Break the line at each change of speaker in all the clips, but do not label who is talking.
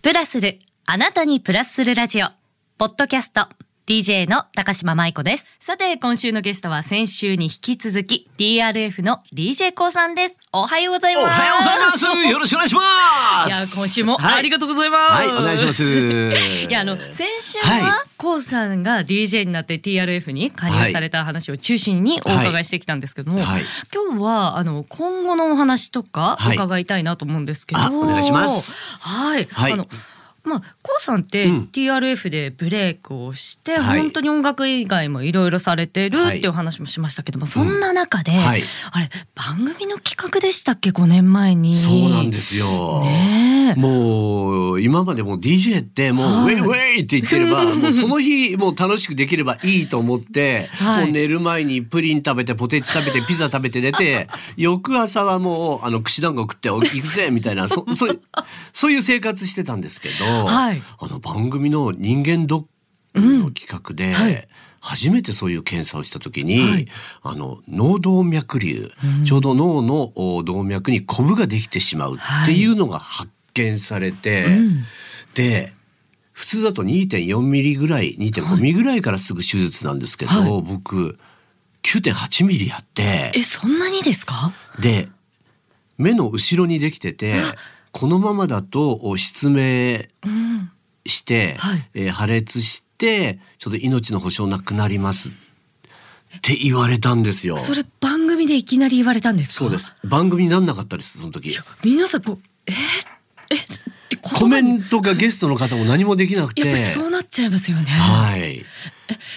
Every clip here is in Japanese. プラスる、あなたにプラスするラジオ、ポッドキャスト、DJ の高島舞子です。さて、今週のゲストは先週に引き続き、DRF の DJ コウさんです。おはようございま
お
す。
はようございます。よろしくお願いしま
いや、
す。
今週も
はい
ありがとうございます。
はい、お願いします。
いやあの先週は
は
コウさんが DJ になって TRF に加入された話を中心にお伺いしてきたんですけども、
はいはい
今日はあの今後のお話とか
はい
伺いたいなと思うんですけど、
あお願いします
はい、
はい
あのまあ、コウさんって
うん
TRF でブレイクをして、
はい
本当に音楽以外もいろいろされてるって
はい
いう話もしましたけども、そんな中で、
はい
あれ番組の企画でしたっけ5年前に。
そうなんですよ。
ねえ
もう今までもう DJ ってもう
は
ウェ
い
イウェイって言ってれ ばもうその日もう楽しくできればいいと思って、
はい
もう寝る前にプリン食べてポテチ食べてピザ食べて寝 て翌朝はもうあの串団子食ってお行くぜみたいな そそういうそういう生活してたんですけど、
はい
あの番組の人間ドックの企画で、
はい
初めてそういう検査をした時に、
はい
あの脳動脈瘤、ちょうど脳のお動脈にコブができてしまうっていうのが発見されて、
うん
で普通だと2.4ミリぐらい2.5ミリぐらいからすぐ手術なんですけど、
は
僕9.8ミリやって
えそんなにですか
で目の後ろにできててこのままだとお失明
うん
して、
はい
えー破裂してちょっと命の保証なくなりますって言われたんですよ。
それ番組でいきなり言われたんですか
そうで。す番組になんなかったですその時
いや皆さんこうえー、えって言葉に
コメントがゲストの方も何もできなくて
やっぱりそうなっちゃいますよね。
はい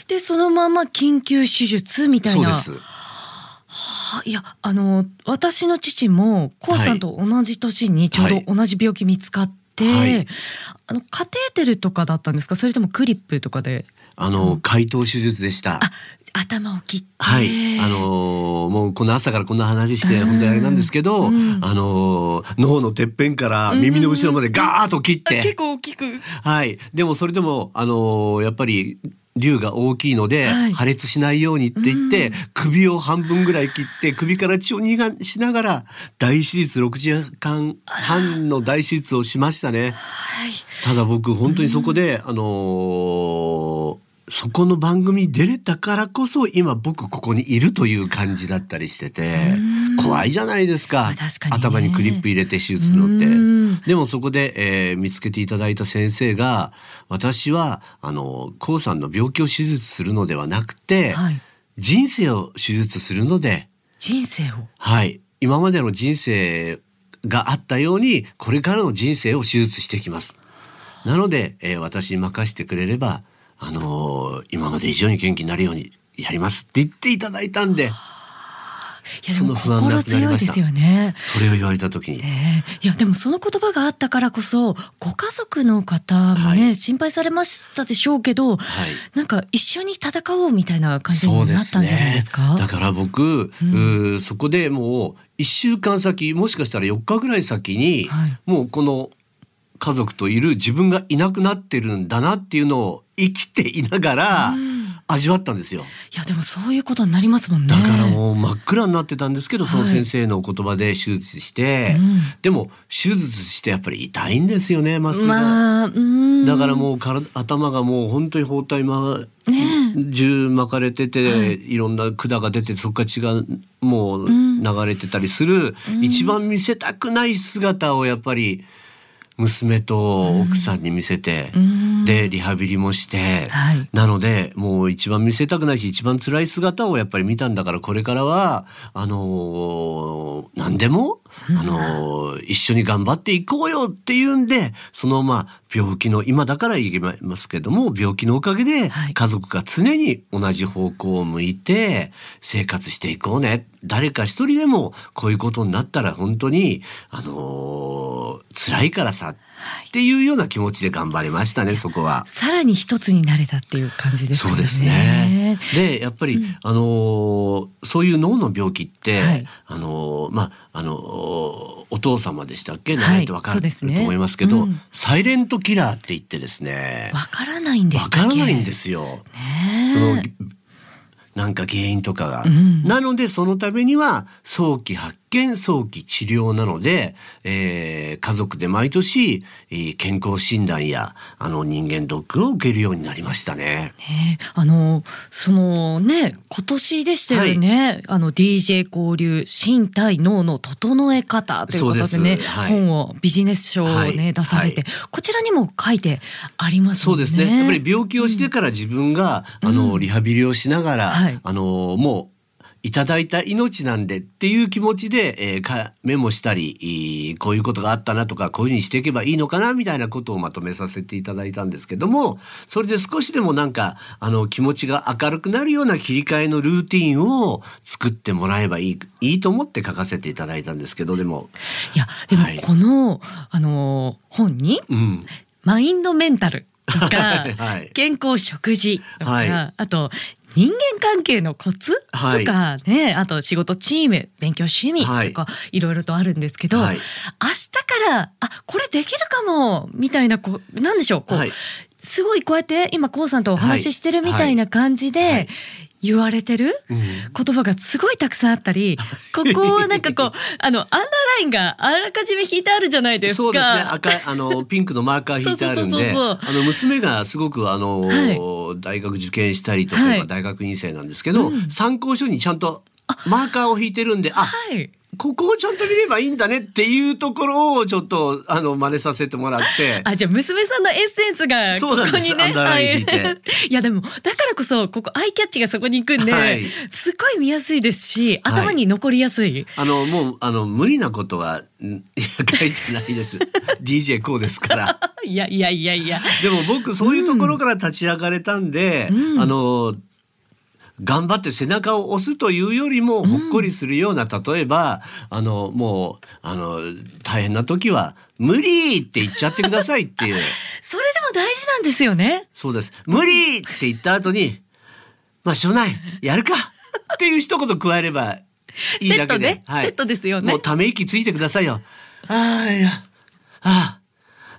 でそのまま緊急手術みたい
そう
な。
です
あいやあの私の父もコウさんと同じ年にちょう
は
ど
い
同じ病気見つかって、
はい
あのカテーテルとかだったんですかそれともクリップとかで
あの解凍手術でした
あ頭を切って。
はい、あのーもうこの朝からこんな話して
うん
本当にあれなんですけど、
うん
あのー脳のてっぺんから耳の後ろまでガーッと切っ
あ
て、
結構大きく。
はい、でもそれでも、あのーやっぱり瘤が大きいので、
はい
破裂しないようにって言って、首を半分ぐらい切って首から血を逃がしながら大手術6時間半の大手術をしましたね。
はい。
ただ僕本当にそこで、あのーそこの番組に出れたからこそ今僕ここにいるという感じだったりしてて
うん
怖いじゃないです
あ
か
確かにね
頭にクリップ入れて手術するのっ
うん
て。でもそこで、えー見つけていただいた先生が私はあの k さんの病気を手術するのではなくて、
はい。
人生を手術するので
人生を。
はい、今までの人生があったようにこれからの人生を手術していきます。なので、えー私に任せてくれれば、あのー今まで以上に元気になるようにやりますって言っていただいたんで
いやでも
その
心
不安なくなり
強い
ま
で
した
すよね。
それを言われた時に、
ねえいやでもその言葉があったからこそご家族の方もね、
は
心配されましたでしょうけど、
はい、
なんか一緒に戦おうみたいな感じになったんじゃないです
そ
か
うねだから僕、うーそこでもう1週間先もしかしたら4日ぐらい先に、
はい
もうこの家族といる自分がいなくなってるんだなっていうのを生きていながら
うん
味わったんですよ。
いやでもそういうことになりますもんね。
だからもう真っ暗になってたんですけど、その
はい
先生のお言葉で手術して、
うん
でも手術してやっぱり痛いんですよね麻酔が、
まあうん
だからもうから頭がもう本当に包帯ま
ね
銃巻かれてて、
はい
い、ろんな管が出てそっから血がもう
うん
流れてたりする、一番見せたくない姿をやっぱり娘と奥さんに見せて、
うん
でリハビリもして、
はい
なのでもう一番見せたくないし一番辛い姿をやっぱり見たんだからこれからはあのー何でも、あのー一緒に頑張っていこうよっていうんでそのまあ病気の今だから言えますけども病気のおかげで
はい
家族が常に同じ方向を向いて生活していこうね誰か一人でもこういうことになったら本当にあのー辛いからさっていうような気持ちで頑張りましたねそこは。
さらに一つになれたっていう感じですよ
そう
ね。
ですね。でやっぱり、あのーそういう脳の病気って、
はい
あのーまああのーお父様でしたっけ、
はい
名前ってわか
そう
る
ですね
と思いますけど、
うん
サイレントキラーって言ってですね
わからないんで
わ
したっ
か
け
らないんですよ。
ねえ
そのなんか原因とかが、
うん
なのでそのためには早期発見早期治療なので、えー家族で毎年、えー健康診断やあの人間ドックを受けるようになりましたね。
ねあのそのね今年でしたよね、あの DJ 交流身体脳の整え方ということで
そうで
ね
すはい
本をビジネス書をね、
はい
出されて、こちらにも書いてあります
そ
も
うん
ね。
ですね。やっぱり病気をしてから自分が、あ
う
の
ん
リハビリをしながら、
はい
あのもういただいた命なんでっていう気持ちで、えーかメモしたりいいこういうことがあったなとかこういうふうにしていけばいいのかなみたいなことをまとめさせていただいたんですけどもそれで少しでもなんかあの気持ちが明るくなるような切り替えのルーティンを作ってもらえばいいいいと思って書かせていただいたんですけどでも、
いやでも
はい
この、あの本に
うん、
マインドメンタルとか
はい
健康食事とか、
はい
あと人間関係のコツと
はい
かね、あと仕事チーム勉強趣味とか、い、ろいろとあるんですけど、
はい
明日からあこれできるかもみたいなこうなんでしょうこう、
はい
すごいこうやって今こうさんとお話ししてるみたいな感じ
はいは
で
い
言われてる、
うん
言葉がすごいたくさんあったり、ここをなんか こう、あの、アンダーラインがあらかじめ引いてあるじゃないですか。
そうですね赤い あのピンクのマーカー引いてあるんで
そうそうそう
あの娘がすごくあの、
は
大学受験したりとか、
はい
今大学院生なんですけど、
うん
参考書にちゃんとマーカーを引いてるんであ
はい。
ここをちゃんと見ればいいんだねっていうところをちょっとあの真似させてもらって。
あ、じゃあ娘さんのエッセンスがこ
そうなん
こ
です
にね、
アンダーライン引いて
はい、いやでも、だからこそ、ここアイキャッチがそこに行くんで、
はい
すっごい見やすいですし、頭に残りやすい。
あのもうあの無理なことはいや書いてないです DJ こうですから
い、やいやいやいや。
でも僕そういうところから立ち上がれたんで、
うん
あの頑張って背中を押すというよりもほっこりするような、例えばあのもうあの大変な時は「無理!」って言っちゃってくださいっていう
それでも大事なんですよね。
そうです「無理!」って言った後に「まあしょうがないやるか!」っていう一言加えればいい
セッ
だ
ト
けで
ね、セットですよね
もう。ため息ついてくださいよ。ああ、いや、ああ、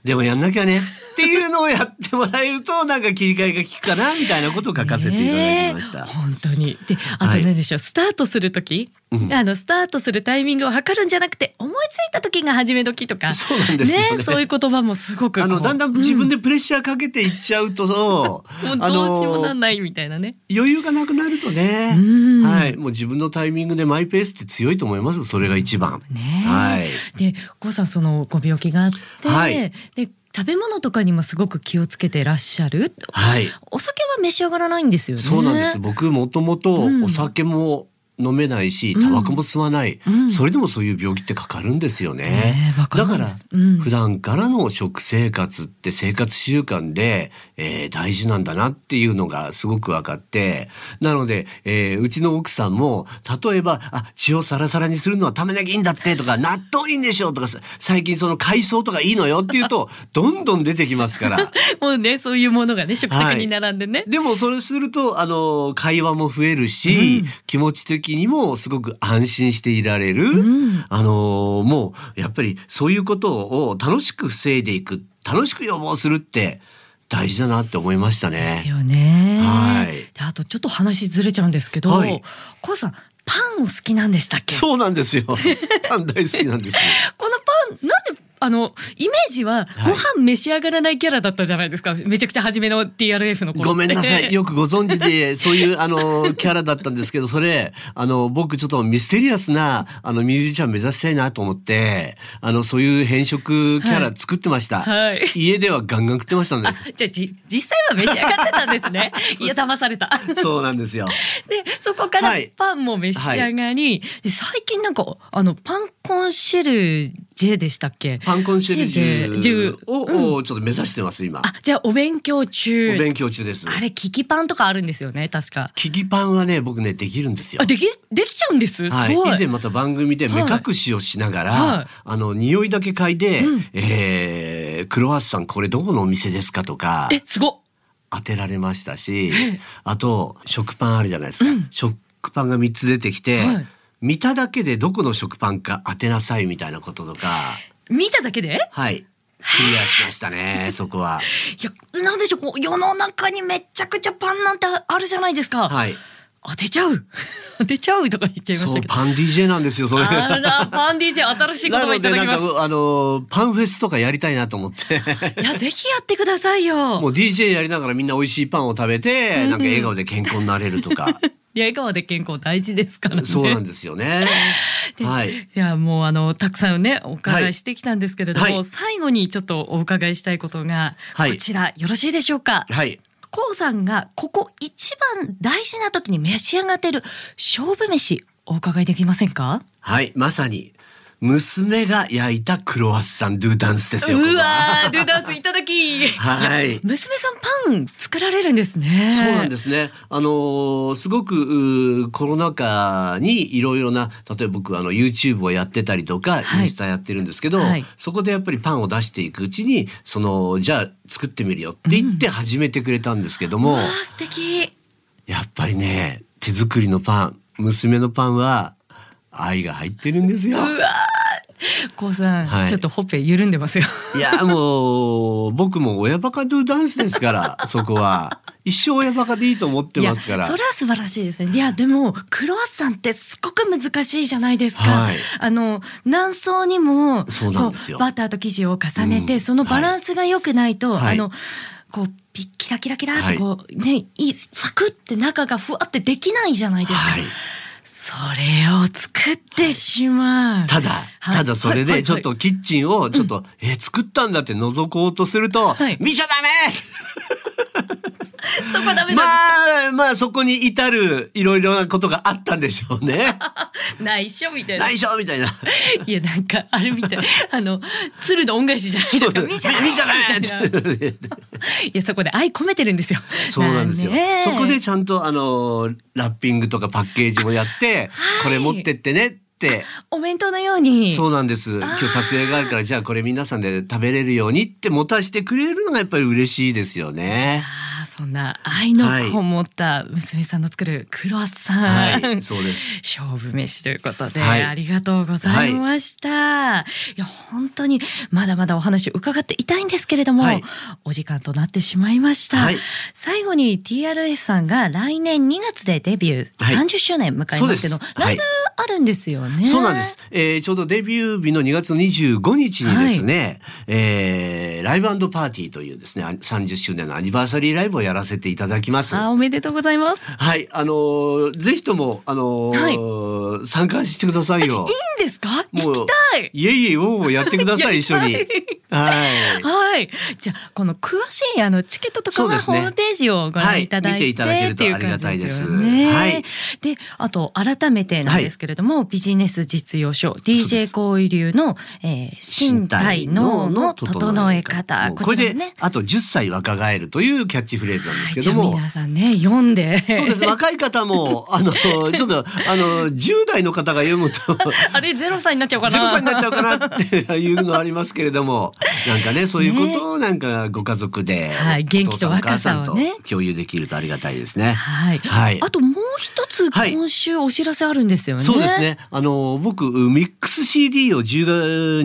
でもやんなきゃね。っていうのをやってもらえると、なんか切り替えが効くかな、みたいなことを書かせていただきました。
ねえ本当に。で、あと
はい
何でしょう、スタートする時、
うん
あのスタートするタイミングを測るんじゃなくて、思いついた時が始め時とか。
そうなんですよね
えそういう言葉もすごくこう。
あのだんだん自分
で、
でプレッシャーかけていっちゃうと、
も
あ
うどう
の
しようもなんないみたいなね。
余裕がなくなるとね、
うん
はい、もう自分のタイミングでマイペースって強いと思います。それが一番。
ねえ
はい。
で、こうさんそのご病気があって、
はい
で食べ物とかにもすごく気をつけてらっしゃる。
はい。
お酒は召し上がらないんですよね。
そうなんです。僕もともと
うん
お酒も飲めないし、
うん
タバコも吸わない、
うん
それでもそういう病気ってかかるんですよね
ね。えわか
だ
んな
か
いで
ら
すうん
普段からの食生活って生活習慣で、えー大事なんだなっていうのがすごく分かってなので、えーうちの奥さんも例えば「あ血をサラサラにするのはためなきゃいいんだって」とか「納豆いいんでしょ」とか最近その海藻とかいいのよっていうとどんどん出てきますから。
もうね、そういうものがね、食卓に並んでね。
でもそれするとあの会話も増える
う
し、
ん
気持ち的にもすごく安心していられる、
うん
あのもうやっぱりそういうことを楽しく防いでいく楽しく予防するって大事だなって思いました
です
ね。
よね。
はい
であとちょっと話ずれちゃうんですけど、
はい
こうさんパンを好きなんでしたっけ？
そうな んですよ。パン大好きなんですよ。
このパンなんであのイメージは
はい
ご飯召し上がらないキャラだったじゃないですか。めちゃくちゃ初めの TRF の頃って。
ごめんなさい。
よ。
よくご存知で、そういう、あの、キャラだったんですけど、それ、あの、僕ちょっとミステリアスな、あの、ミュージシャン目指したいなと思って、あの、そういう変色キャ
は
ラ
い
作ってました。
はい
家ではガンガン食ってました ね。
じ ゃあじ実際は召し上がってたんです ね。いや騙された。
そうなんですよ。
でそこから
はい
パンも召し上がり、で最近なんかあのパンコンシェルジェでしたっけ？
パンコンシェルジ
ジェ
ュ
ルジュ
を、をちょっと目指してます、今。
あじゃあお勉強
お
中。
勉強中です。
あれキキパンとかあるんですよね確か。
キキパンはね、僕ね、できるんですよ
あ。できできちゃうんです。
はい、
すごい。
以前また番組で目隠しをしながら、
はいはい
あの匂いだけ嗅いで、
うん
えークロワッサンこれどこのお店ですかとか
えすご
当てられましたし、あと食パンあるじゃないですか、食パンが3つ出てきて、
はい
見ただけでどこの食パンか当てなさいみたいなこととか
い見ただけで
はいクリアしました ねそこは。
いやなんでしょうこう世の中にめちゃくちゃパンなんてあるじゃないですか。
はい
当てちゃう 当てちゃうとか言っちゃいまし
そ
た
う
けど。
パン DJ なんですよそれ。
あらパン DJ 新しい言葉
なの
いた
で
だ
なん
きます。
かあのパンフェスとかやりたいなと思って。
いやぜひやってくださいよ。
もう DJ やりながらみんな美味しいパンを食べて、
うんうん
なんか笑顔で健康になれるとか
出会い川で健康大事です からね。
そうなんですよね。はい。
じゃあもうあのたくさんねお伺いしてきたんですけれども、
はい
最後にちょっとお伺いしたいことが、
はい
こちらよろしいでしょうか。
はい。
こうさんがここ一番大事な時に召し上がっている勝負飯お伺いできませんか。
はい。まさに、娘が焼いたクロワッサンドゥダンスですよ。ここは
うわードゥダンスいただき。
はい。
娘さんパン作られるんですね。。
そうなんですすね。あのーすごくうーコロナ禍にいろいろな例えば僕あの YouTube をやってたりとか、
はい
インスタやってるんですけど、
はい
そこでやっぱりパンを出していくうちにそのじゃあ作ってみるよって言って始めてくれたんですけども、
わあ素敵。
やっぱりね手作りのパン娘のパンは愛が入ってるんですよ。
こうさん、
はい
ちょっとほっぺ緩んでますよ。
いやもう僕も親バカドゥダンスで すからそこは一生親バカでいいと思ってますから。
いやそれは素晴らしいですねいやでもクロワッサンってすごく難しいじゃないですか、
はい
あの何層にも
そうなんですよ
こうバターと生地を重ねて、
うん
そのバランスが良くないと、
はい
あのこうピッキラキラキラってこう、ねいいサクって中がふわってできないじゃないですか、
はい
それを作ってしまう、
ただ、
はい
ただそれ
はい
でちょっとキッチンをちょっと、えー作ったんだって覗こうとすると、
はい
見ちゃダ
そこはダメ
メ
だ、
まあまあそこに至るいろいろなことがあったんでしょうね
内緒みたいな
内緒みたいな
いやなんかあれみたいあの鶴の恩返しじゃないですか見ちゃダメ
見ちゃ
みたい
ダ
な
メって
いやそこで愛込めてるんですよ。
そうなんですよ、
ねえ
そこでちゃんとあのーラッピングとかパッケージもやって、
はい
これ持ってってねって
お弁当のように。
そうなんです
あー
今日撮影があるからじゃあこれ皆さんで食べれるようにって持たせてくれるのがやっぱり嬉しいですよね
ああそんな愛のこもった娘さんの作るクロワッサン、
はいそうです
勝負飯ということで、
はい
ありがとうございました、い、や本当にまだまだお話伺っていたいんですけれども、
はい
お時間となってしまいました、
はい
最後に TRF さんが来年2月でデビュー
はい
30周年迎えますけど、
そうですは
ラ
い
イブあるんですよね、
そうなんです、えーちょうどデビュー日の2月25日にですね、えーライブパーティーというですねあ30周年のアニバーサリーライブをやらせていただきます。
あーおめでとうございます
はい、あのーぜひとも、あのー参加してくださいよ。
いいんですか
も
行
う
きた い
いえいえ、ウォンをやってください、一緒に
やり。
はい。
はい。じゃあこの詳しいあのチケットとか
そう
は
です
ホ
ね
ームページをご覧いただいて、
はい見ていただけると
ってう感じよ
ありがたい
ね。
ですはい
で、あと改めてなんですけれども、ビジネス実用書
そうで
DJ
す
行為流の、えー、身体脳の整え方
もう
こ
こ
ちら
れで、
もね。
あと10歳若返るというキャッチフレーズなんですけ
じ
ど
ゃあ
も。
皆さんね読んで。
そう です。若い方も、あの、ちょっと、あの、10代の方が読 むと、
あれゼロ歳になっちゃうかな。
ゼロ歳になっちゃうかなっていうのはありますけれども、なんかね、そういうことをなんかご家族で、
はい元気と若さをね
お父んお母さんと共有できるとありがたいですね。
はい。
はい
あともう一つ
はい
今週お知らせあるんですよね。
そうです。ね。あの僕ミックス CD を10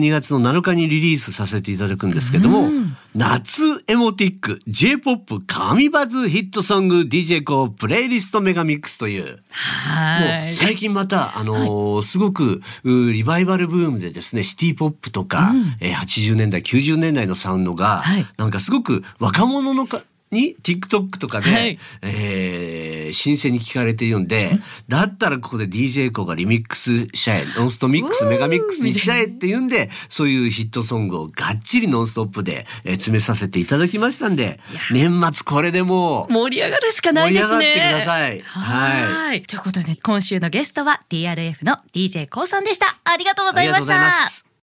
月2月の7日にリリースさせていただくんですけども、
うん
夏エモティック J-POP 神バズヒットソング DJ コプレイリストメガミックスという。
は
もう
い。
最近また、あのーすごくうーリバイバルブームでですねシティ・ポップとか、
うん
えー80年代90年代のサウンドが、
はい
なんかすごく若者のかに TikTok とかで、
はい
えー新鮮に聞かれているんで、だったらここで DJ コがリミックスしちゃえノンストミックス
うー
メガミックスにしちゃえっていうんでそういうヒットソングをがっちりノンストップで、えー詰めさせていただきましたんで年末これでもう
盛り上がるしかないですね。
盛り上がってください
は
はいい
ということで今週のゲストは DRF の DJ コウさんでした。ありがとうございました。
ありがとうございます